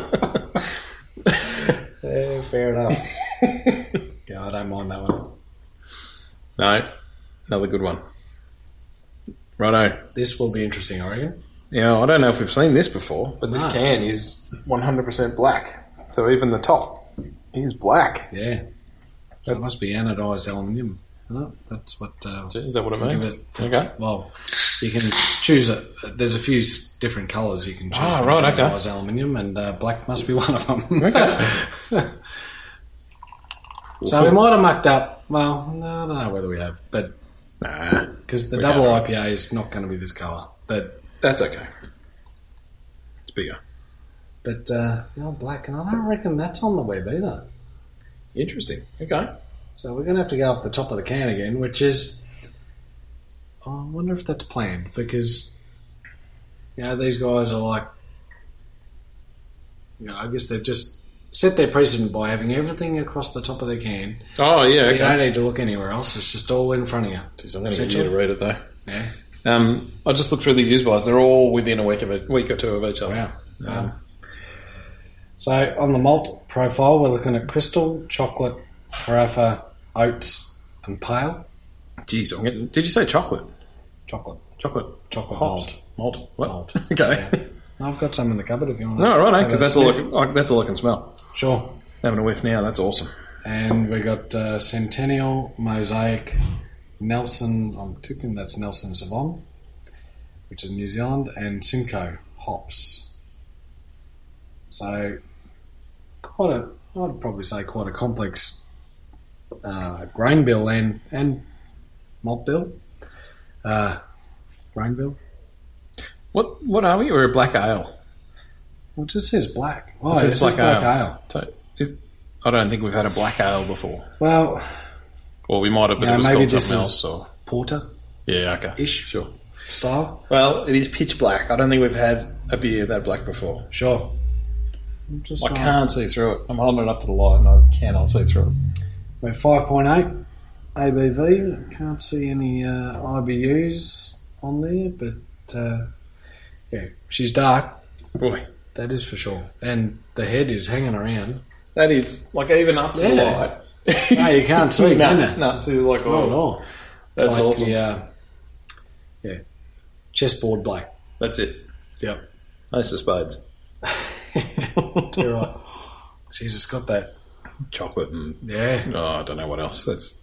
Speaker 1: Yeah, fair enough. yeah, I don't mind that one.
Speaker 2: no, another good one. Righto.
Speaker 1: This will be interesting, I reckon.
Speaker 2: Yeah, I don't know if we've seen this before, but
Speaker 1: No.
Speaker 2: this can is 100% black. So even the top is black.
Speaker 1: Yeah. So it must be anodised aluminium. No, that's what. Uh,
Speaker 2: Is that what it
Speaker 1: give
Speaker 2: means?
Speaker 1: it.
Speaker 2: Okay.
Speaker 1: Well, you can choose it. There's a few s- different colours you can choose.
Speaker 2: Ah,
Speaker 1: from
Speaker 2: right, okay.
Speaker 1: anodised aluminium, and uh, black must be one of them.
Speaker 2: Okay.
Speaker 1: so we might have mucked up. Well, no, I don't know whether we have, but
Speaker 2: Nah,
Speaker 1: because the
Speaker 2: We
Speaker 1: double
Speaker 2: have.
Speaker 1: IPA is not going to be this colour, but
Speaker 2: that's okay. It's bigger.
Speaker 1: But uh, the old black, and I don't reckon that's on the web either.
Speaker 2: Interesting. Okay.
Speaker 1: So we're going to have to go off the top of the can again, which is. oh, I wonder if that's planned because, you know, these guys are like. You know, I guess they've just set their precedent by having everything across the top of their can.
Speaker 2: Oh, yeah,
Speaker 1: You don't
Speaker 2: okay.
Speaker 1: need to look anywhere else, it's just all in front of you.
Speaker 2: Jeez, I'm going to get you to read it, though.
Speaker 1: Yeah.
Speaker 2: Um, I just looked through the use buys. They're all within a week of it, week or two of each other.
Speaker 1: Wow.
Speaker 2: Um,
Speaker 1: So on the malt profile, we're looking at crystal, chocolate, carafa, oats, and pale.
Speaker 2: Jeez, I'm getting, did you say chocolate?
Speaker 1: Chocolate.
Speaker 2: Chocolate.
Speaker 1: Chocolate malt.
Speaker 2: Malt. Malt. What?
Speaker 1: Malt.
Speaker 2: Okay.
Speaker 1: I've got some in the cupboard if you want.
Speaker 2: No, right,
Speaker 1: Have
Speaker 2: because
Speaker 1: a
Speaker 2: that's all. I,
Speaker 1: sniff.
Speaker 2: can- I, that's all I can smell.
Speaker 1: Sure.
Speaker 2: Having a whiff now, that's awesome.
Speaker 1: And we got uh, Centennial, Mosaic, Nelson. I'm thinking that's Nelson Savon, which is New Zealand, and Simcoe hops. So quite a, I'd probably say quite a complex uh, grain bill and and malt bill. Uh, grain bill.
Speaker 2: What? What are we? We're a black ale.
Speaker 1: Well, it just says black. Oh,
Speaker 2: It
Speaker 1: it
Speaker 2: says
Speaker 1: says
Speaker 2: black
Speaker 1: black
Speaker 2: ale.
Speaker 1: ale.
Speaker 2: So, it, I don't think we've had a black ale before.
Speaker 1: Well,
Speaker 2: Or we might have, but
Speaker 1: Yeah,
Speaker 2: it was
Speaker 1: maybe
Speaker 2: called
Speaker 1: this
Speaker 2: something
Speaker 1: is-
Speaker 2: else. Or
Speaker 1: porter
Speaker 2: yeah, okay.
Speaker 1: ish
Speaker 2: Sure.
Speaker 1: style.
Speaker 2: Well, it is pitch black. I don't think we've had a beer that black before.
Speaker 1: Sure. I'm just
Speaker 2: I
Speaker 1: trying-
Speaker 2: can't see through it. I'm holding it up to the light, and I cannot see through it.
Speaker 1: We're 5.8 ABV. Can't see any uh, IBUs on there, but uh, yeah, she's dark.
Speaker 2: Boy,
Speaker 1: That is for sure. And the head is hanging around.
Speaker 2: that is like even up to the
Speaker 1: Yeah.
Speaker 2: light.
Speaker 1: No, you can't see,
Speaker 2: no,
Speaker 1: can you?
Speaker 2: no. So it's like,
Speaker 1: Not at
Speaker 2: oh,
Speaker 1: all. It's
Speaker 2: that's
Speaker 1: like
Speaker 2: awesome.
Speaker 1: The, uh, yeah, chessboard black.
Speaker 2: That's it.
Speaker 1: Yep.
Speaker 2: Ace of spades.
Speaker 1: You're right. She's just got that.
Speaker 2: Chocolate and
Speaker 1: Yeah.
Speaker 2: oh, I don't know what else. That's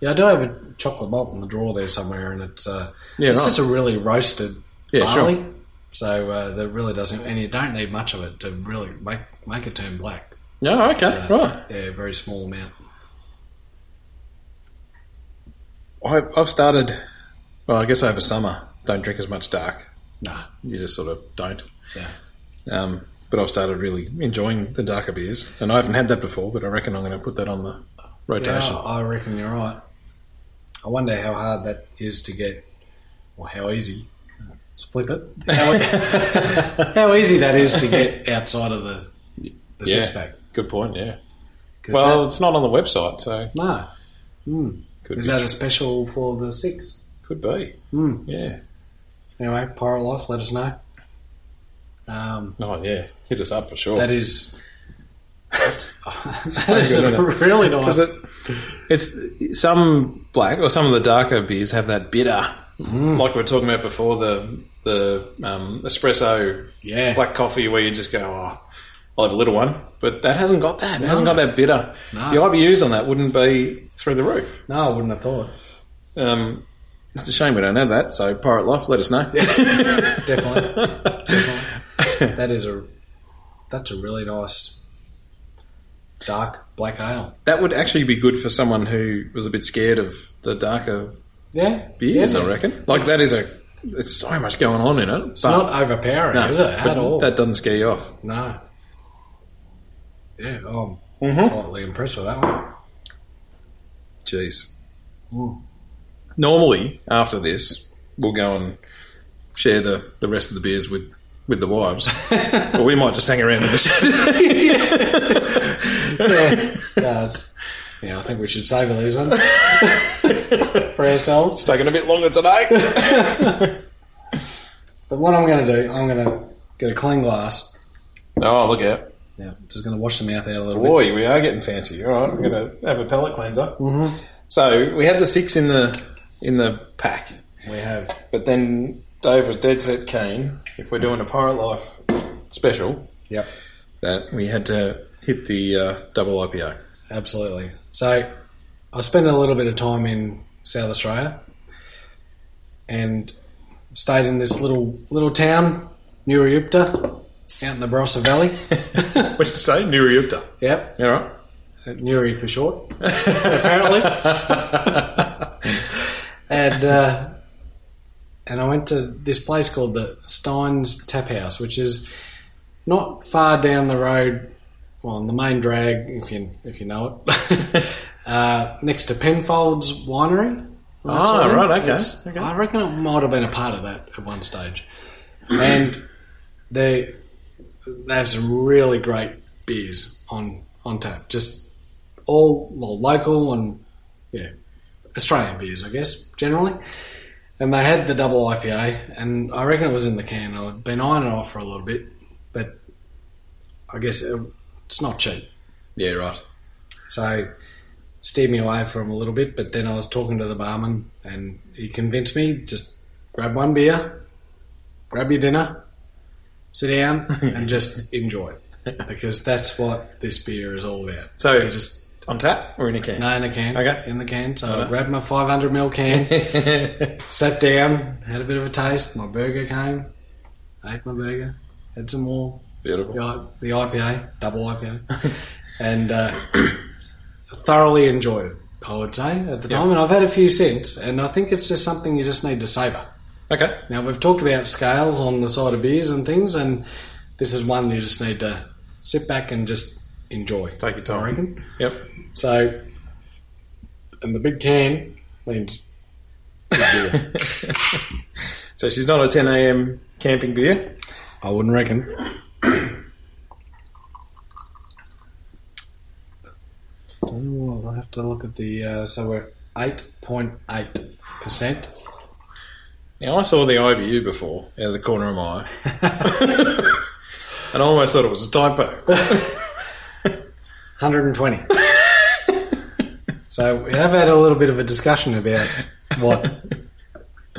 Speaker 1: Yeah, I do have a chocolate malt in the drawer there somewhere, and it's uh,
Speaker 2: yeah,
Speaker 1: it's
Speaker 2: right.
Speaker 1: just a really roasted
Speaker 2: yeah,
Speaker 1: barley.
Speaker 2: sure.
Speaker 1: So uh, that really doesn't, and you don't need much of it to really make make it turn black.
Speaker 2: No, okay,
Speaker 1: So,
Speaker 2: right.
Speaker 1: Yeah, very small amount.
Speaker 2: I, I've started. Well, I guess over summer, don't drink as much dark.
Speaker 1: No.
Speaker 2: You just sort of don't.
Speaker 1: Yeah.
Speaker 2: Um, but I've started really enjoying the darker beers, and I haven't had that before. But I reckon I'm going to put that on the rotation.
Speaker 1: Yeah, uh, I reckon you're right. I wonder how hard that is to get, or how easy. Let's flip it. How, how easy that is to get outside of the, the
Speaker 2: Yeah.
Speaker 1: six pack.
Speaker 2: Good point. Yeah.
Speaker 1: 'Cause
Speaker 2: Well,
Speaker 1: that-
Speaker 2: it's not on the website, so
Speaker 1: no. Mm.
Speaker 2: could
Speaker 1: Is
Speaker 2: be.
Speaker 1: that a special for the six?
Speaker 2: could be.
Speaker 1: Mm.
Speaker 2: Yeah.
Speaker 1: Anyway, Pyro Life, let us know. Um,
Speaker 2: Oh, yeah. Hit us up for sure.
Speaker 1: that is. That's,
Speaker 2: so
Speaker 1: that's
Speaker 2: good, isn't it?
Speaker 1: really nice.
Speaker 2: Because it, it's some black or some of the darker beers have that bitter,
Speaker 1: Mm.
Speaker 2: like we were talking about before the the um, espresso
Speaker 1: yeah.
Speaker 2: black coffee where you just go, oh, I'll have a little one, but that hasn't got that. It hasn't got that bitter.
Speaker 1: No.
Speaker 2: The IBUs on that wouldn't be through the roof.
Speaker 1: no, I wouldn't have thought.
Speaker 2: Um, it's a shame we don't have that. So pirate life, let us know.
Speaker 1: Definitely. That is a that's a really nice dark black ale.
Speaker 2: that would actually be good for someone who was a bit scared of the darker
Speaker 1: Yeah,
Speaker 2: beers.
Speaker 1: Yeah.
Speaker 2: I reckon. Like that is a. There's so much going on in it.
Speaker 1: It's not overpowering,
Speaker 2: No,
Speaker 1: is it
Speaker 2: but
Speaker 1: at all?
Speaker 2: That doesn't scare you off.
Speaker 1: no. Yeah, I'm
Speaker 2: Mm-hmm.
Speaker 1: quite impressed with that one.
Speaker 2: Jeez.
Speaker 1: Mm.
Speaker 2: Normally, after this, we'll go and share the, the rest of the beers with, with the wives. but we might just hang around in the shed.
Speaker 1: Yes. Yeah, I think we should savor these ones for ourselves.
Speaker 2: It's taking a bit longer today.
Speaker 1: But what I'm going to do, I'm going to get a clean glass.
Speaker 2: oh, look out.
Speaker 1: Yeah, just going to wash the mouth out a little bit.
Speaker 2: Boy, we are getting fancy. All right, we're going to have a palate cleanser. So we had the six in the in the pack,
Speaker 1: We have
Speaker 2: but then Dave was dead set keen. If we're doing a pirate life special,
Speaker 1: Yep.
Speaker 2: that we had to hit the uh, double IPO.
Speaker 1: Absolutely. So I spent a little bit of time in South Australia and stayed in this little little town, Nuriupta, out in the Barossa Valley.
Speaker 2: What did you say? Nuriupta.
Speaker 1: yep,
Speaker 2: All right.
Speaker 1: Nuri for short, apparently. and uh, and I went to this place called the Stein's Tap House, which is not far down the road, well, on the main drag, if you if you know it, uh, next to Penfolds Winery.
Speaker 2: Ah, right, okay,
Speaker 1: It's- I reckon it might have been a part of that at one stage, and they they have some really great beers on on tap, just all well, local and yeah, Australian beers, I guess generally. And they had the double IPA, and I reckon it was in the can. I'd been eyeing it off for a little bit, but I guess it, it's not cheap.
Speaker 2: Yeah, right.
Speaker 1: So steered me away from a little bit, but then I was talking to the barman and he convinced me just grab one beer, grab your dinner, sit down and just enjoy it. Because that's what this beer is all about.
Speaker 2: So
Speaker 1: You just
Speaker 2: on tap or in a can?
Speaker 1: no in a can.
Speaker 2: Okay.
Speaker 1: In the can. So I
Speaker 2: Alright.
Speaker 1: grabbed my five hundred ml can, sat down, had a bit of a taste, my burger came, ate my burger, had some more,
Speaker 2: Beautiful.
Speaker 1: the, I- the IPA, double IPA, and uh, thoroughly enjoyed it. I would say at the time, and I've had a few since, and I think it's just something you just need to savour.
Speaker 2: Okay.
Speaker 1: Now we've talked about scales on the side of beers and things, and this is one you just need to sit back and just enjoy.
Speaker 2: Take your
Speaker 1: I
Speaker 2: time.
Speaker 1: reckon.
Speaker 2: Yep.
Speaker 1: So, and the big can means
Speaker 2: so she's not a 10 a.m. camping beer.
Speaker 1: I wouldn't reckon. Ooh, I'll have to look at the. Uh, so we're eight point eight percent.
Speaker 2: Now I saw the IBU before out of the corner of my eye, and I almost thought it was a typo.
Speaker 1: Hundred and twenty. so we have had a little bit of a discussion about what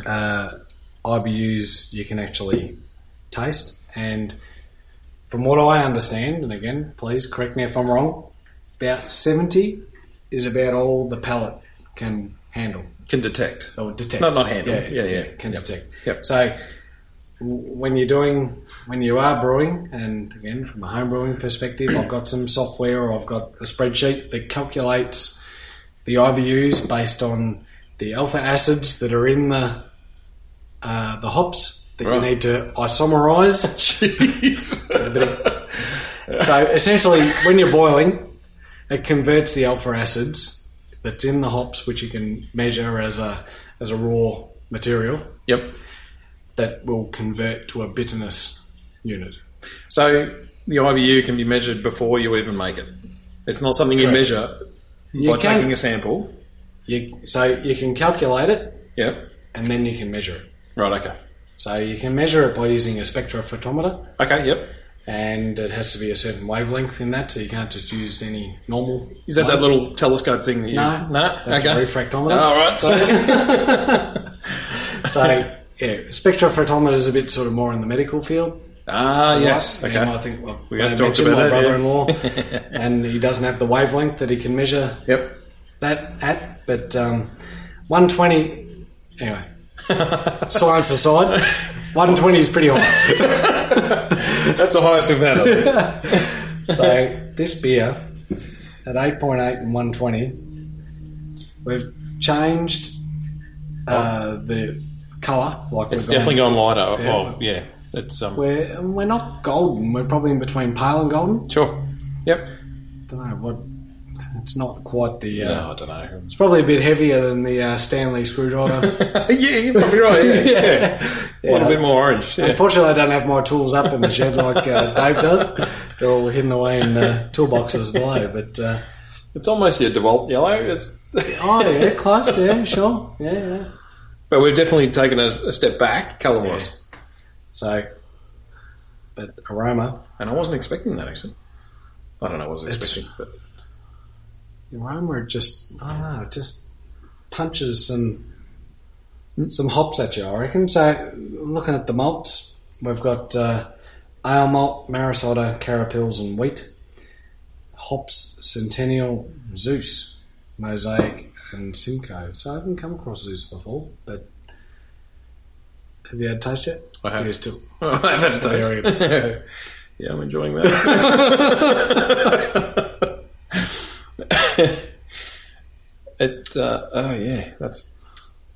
Speaker 1: uh, IBUs you can actually taste. And from what I understand, and again, please correct me if I'm wrong, about 70 is about all the palate can handle
Speaker 2: Can detect.
Speaker 1: or Oh, detect.
Speaker 2: No, not handle.
Speaker 1: Yeah,
Speaker 2: Yeah, yeah.
Speaker 1: Can
Speaker 2: Yep.
Speaker 1: detect.
Speaker 2: Yep.
Speaker 1: So w- when you're doing, when you are brewing, and again from a home brewing perspective, I've got some software or I've got a spreadsheet that calculates the IBUs based on the alpha acids that are in the uh, the hops that you
Speaker 2: Right.
Speaker 1: need to isomerize.
Speaker 2: Jeez.
Speaker 1: So essentially, when you're boiling, it converts the alpha acids that's in the hops, which you can measure as a as a raw material,
Speaker 2: yep.
Speaker 1: that will convert to a bitterness unit.
Speaker 2: So the IBU can be measured before you even make it. It's not something you
Speaker 1: Correct.
Speaker 2: measure
Speaker 1: You
Speaker 2: by
Speaker 1: can-
Speaker 2: taking a sample.
Speaker 1: You, so you can calculate it
Speaker 2: Yep.
Speaker 1: and then you can measure it.
Speaker 2: Right. Okay.
Speaker 1: So you can measure it by using a spectrophotometer,
Speaker 2: Okay. Yep.
Speaker 1: and it has to be a certain wavelength in that, so you can't just use any normal.
Speaker 2: Is that that little telescope thing that you?
Speaker 1: No.
Speaker 2: No.
Speaker 1: That's
Speaker 2: okay.
Speaker 1: a refractometer.
Speaker 2: All right. So,
Speaker 1: So yeah, spectrophotometer is a bit sort of more in the medical field.
Speaker 2: ah. Yes.
Speaker 1: Right?
Speaker 2: Okay.
Speaker 1: And I think well,
Speaker 2: We
Speaker 1: I
Speaker 2: have talked
Speaker 1: mentioned
Speaker 2: about
Speaker 1: my
Speaker 2: it, yeah.
Speaker 1: brother-in-law, and he doesn't have the wavelength that he can measure
Speaker 2: Yep.
Speaker 1: that at. But um, 120, anyway, science aside, 120 is pretty high.
Speaker 2: That's the highest we've had. I think.
Speaker 1: So this beer at 8.8 and 120, we've changed uh, the colour. Like we've
Speaker 2: It's
Speaker 1: gone-
Speaker 2: definitely gone lighter.
Speaker 1: Yeah.
Speaker 2: Well, yeah. It's um.
Speaker 1: We're, we're not golden. We're probably in between pale and golden.
Speaker 2: Sure. Yep.
Speaker 1: don't know what. It's not quite the. Uh,
Speaker 2: I don't know.
Speaker 1: It's probably a bit heavier than the uh, Stanley screwdriver.
Speaker 2: yeah, you're probably right. Yeah, yeah. A little
Speaker 1: Yeah.
Speaker 2: bit more orange. Yeah.
Speaker 1: Unfortunately, I don't have my tools up in the shed like uh, Dave does. They're all hidden away in the toolboxes below. But uh,
Speaker 2: It's almost your DeWalt yellow. It's
Speaker 1: oh yeah, close. Yeah, sure. Yeah, yeah.
Speaker 2: but we've definitely taken a, a step back color wise,
Speaker 1: So, but aroma,
Speaker 2: and I wasn't expecting that actually. I don't know what I was
Speaker 1: It's-
Speaker 2: expecting, but
Speaker 1: aroma it just I don't know, it just punches some
Speaker 2: Hmm.
Speaker 1: some hops at you. I reckon. So, looking at the malts, we've got uh, ale malt, marisotto, carapils, and wheat. hops, Centennial, Zeus, Mosaic, and Simcoe. So I haven't come across Zeus before, but have you had a taste yet?
Speaker 2: I have.
Speaker 1: It is still.
Speaker 2: Oh, I've had a
Speaker 1: Very
Speaker 2: taste. yeah, I'm enjoying that. it. Uh, oh yeah, that's.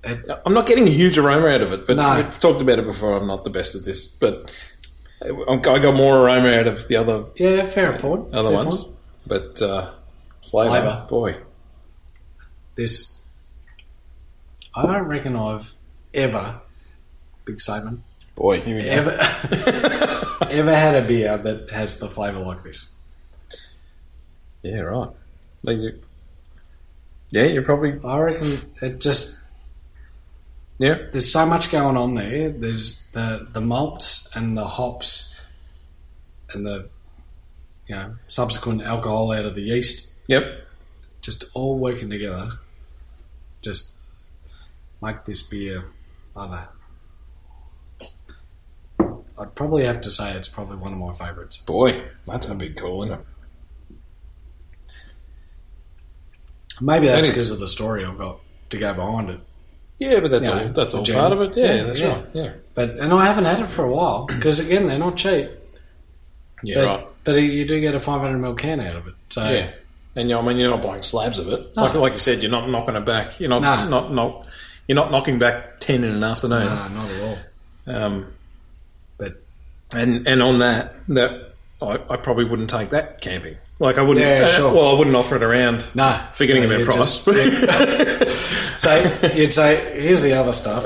Speaker 1: It-
Speaker 2: I'm not getting a huge aroma out of it, but
Speaker 1: No.
Speaker 2: we've talked about it before. I'm not the best at this, but I got more aroma out of the other
Speaker 1: Yeah, fair point.
Speaker 2: other
Speaker 1: fair
Speaker 2: ones,
Speaker 1: point.
Speaker 2: but uh, flavor,
Speaker 1: Flavour.
Speaker 2: boy,
Speaker 1: This, I don't reckon I've ever, big statement,
Speaker 2: boy, here we go.
Speaker 1: ever, ever had a beer that has the flavour like this.
Speaker 2: Yeah, right. Like you, yeah, you're probably
Speaker 1: I reckon it just
Speaker 2: yeah.
Speaker 1: there's so much going on there. There's the the malts and the hops and the you know subsequent alcohol out of the yeast,
Speaker 2: Yep.
Speaker 1: just all working together, just make this beer. I don't know. I'd probably have to say it's probably one of my favourites.
Speaker 2: Boy, that's a big call, isn't it?
Speaker 1: Maybe
Speaker 2: That
Speaker 1: that's
Speaker 2: is-
Speaker 1: because of the story I've got to go behind it.
Speaker 2: Yeah, but that's
Speaker 1: Yeah,
Speaker 2: all. That's
Speaker 1: the
Speaker 2: all
Speaker 1: journey.
Speaker 2: part of it. Yeah,
Speaker 1: Yeah,
Speaker 2: that's
Speaker 1: yeah.
Speaker 2: right. Yeah.
Speaker 1: But and I haven't had it for a while because again they're not cheap.
Speaker 2: Yeah,
Speaker 1: but,
Speaker 2: right.
Speaker 1: But you do get a 500 ml can out of it. So
Speaker 2: Yeah. And you know, I mean, you're not buying slabs of it.
Speaker 1: No.
Speaker 2: Like, like you said, you're not knocking it back. You're not,
Speaker 1: No.
Speaker 2: not, not, you're not knocking back ten in an afternoon.
Speaker 1: nah, not at all.
Speaker 2: Um,
Speaker 1: But-
Speaker 2: and and on that, that I, I probably wouldn't take that camping. Like I wouldn't.
Speaker 1: Yeah,
Speaker 2: uh,
Speaker 1: sure.
Speaker 2: Well, I wouldn't offer it around.
Speaker 1: No,
Speaker 2: forgetting
Speaker 1: No,
Speaker 2: about
Speaker 1: you'd
Speaker 2: price.
Speaker 1: just- so you'd say, "Here's the other stuff,"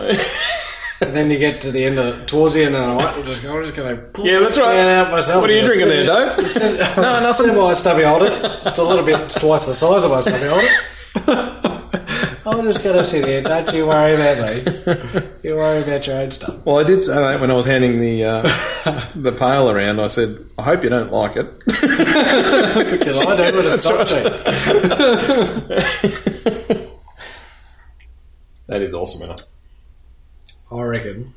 Speaker 1: and then you get to the end of towards the end of the night, I'm just, I'm just going to pull
Speaker 2: Yeah, that's
Speaker 1: this
Speaker 2: right.
Speaker 1: can out myself.
Speaker 2: What are you
Speaker 1: Just
Speaker 2: drinking
Speaker 1: sit-
Speaker 2: there, Dave?
Speaker 1: sit-
Speaker 2: No, nothing.
Speaker 1: sit in my stubby holder. It's a little bit, it's twice the size of my stubby holder. I'm just going to sit here. Oh, Don't you worry about me. You worry about your own stuff.
Speaker 2: Well, I did say that when I was handing the uh, the pail around. I said, "I hope you don't like it."
Speaker 1: Because I do, but it's not cheap.
Speaker 2: That is awesome enough.
Speaker 1: I reckon.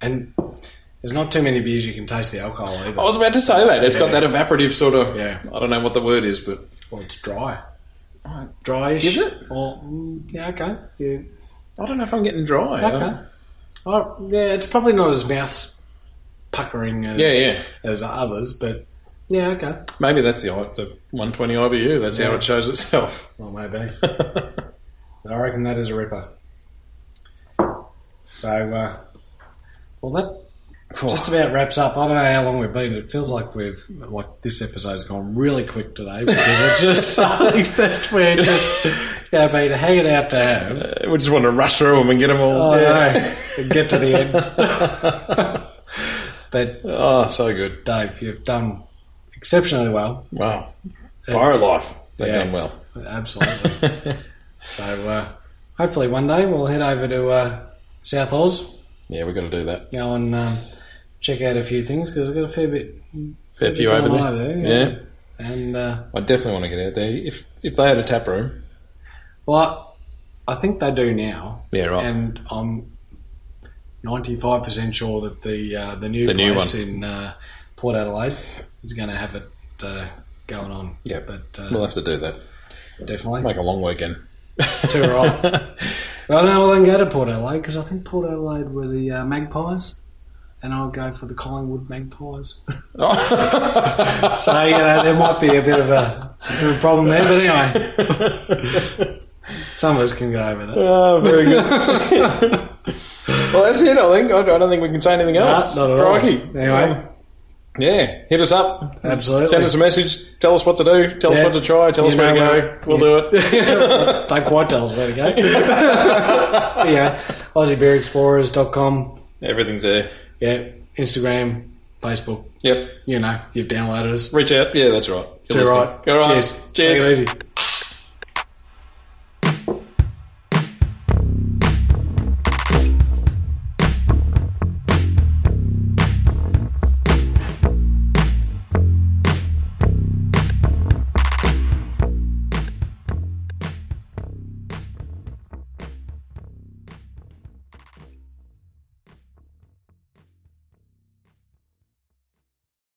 Speaker 1: And There's not too many beers you can taste the alcohol
Speaker 2: I
Speaker 1: either.
Speaker 2: was about to say that. It's got
Speaker 1: Yeah.
Speaker 2: that evaporative sort of.
Speaker 1: Yeah.
Speaker 2: I don't know what the word is, but
Speaker 1: Well, it's dry. Dryish.
Speaker 2: Is it?
Speaker 1: Or, mm, yeah, okay. Yeah.
Speaker 2: I don't know if I'm getting dry.
Speaker 1: Okay. Oh, yeah, it's probably not as mouth puckering as,
Speaker 2: Yeah, yeah.
Speaker 1: as others, but yeah, okay.
Speaker 2: Maybe that's the, I- the 120 IBU. That's how
Speaker 1: Yeah.
Speaker 2: it shows itself.
Speaker 1: Well, maybe. I reckon that is a ripper. So, uh, well, that just about wraps up. I don't know how long we've been. It feels like we've like this episode's gone really quick today because it's just something that we're just yeah, been hanging out to have.
Speaker 2: Uh, we just want to rush through them and get them all.
Speaker 1: Oh
Speaker 2: Yeah.
Speaker 1: no, get to the end. but
Speaker 2: oh, so good.
Speaker 1: Dave, you've done exceptionally well.
Speaker 2: Wow. Fire life. They've
Speaker 1: Yeah.
Speaker 2: done well.
Speaker 1: Absolutely. so uh, hopefully one day we'll head over to uh, South Oz,
Speaker 2: yeah, we've got to do that.
Speaker 1: go and um, check out a few things because we've got a fair bit.
Speaker 2: Fair few
Speaker 1: going
Speaker 2: over there.
Speaker 1: on over
Speaker 2: yeah.
Speaker 1: there, And uh,
Speaker 2: I definitely want to get out there. If if they had a tap room.
Speaker 1: well, I think they do now,
Speaker 2: Yeah, right.
Speaker 1: and I'm. 95% sure that the uh, the new
Speaker 2: The new
Speaker 1: place in uh, Port Adelaide is going to have it uh, going on.
Speaker 2: Yeah.
Speaker 1: but uh,
Speaker 2: we'll have to do that.
Speaker 1: definitely.
Speaker 2: Make a long weekend.
Speaker 1: Too right. Well, no, well, I can go to Port Adelaide because I think Port Adelaide were the uh, Magpies, and I'll go for the Collingwood Magpies.
Speaker 2: Oh.
Speaker 1: So you know, there might be a bit of a, a bit of a problem there, but anyway, some of us can get over that.
Speaker 2: Oh, very good. well, that's it, I think. I I don't think we can say anything else.
Speaker 1: No, not at all.
Speaker 2: Crikey.
Speaker 1: Anyway.
Speaker 2: Um, yeah, hit us up.
Speaker 1: Absolutely.
Speaker 2: Send us a message. Tell us what to do. Tell us
Speaker 1: Yeah.
Speaker 2: what to try. Tell
Speaker 1: You
Speaker 2: us where to
Speaker 1: know
Speaker 2: go. We'll do it.
Speaker 1: Don't quite tell us where to go. yeah, AussieBeerExplorers.com.
Speaker 2: Everything's there.
Speaker 1: Yeah, Instagram, Facebook.
Speaker 2: Yep.
Speaker 1: You know, you've downloaded us.
Speaker 2: Reach out. Yeah, that's right. You're
Speaker 1: Too
Speaker 2: listening.
Speaker 1: right.
Speaker 2: All right.
Speaker 1: Cheers.
Speaker 2: Cheers.
Speaker 1: Take it easy.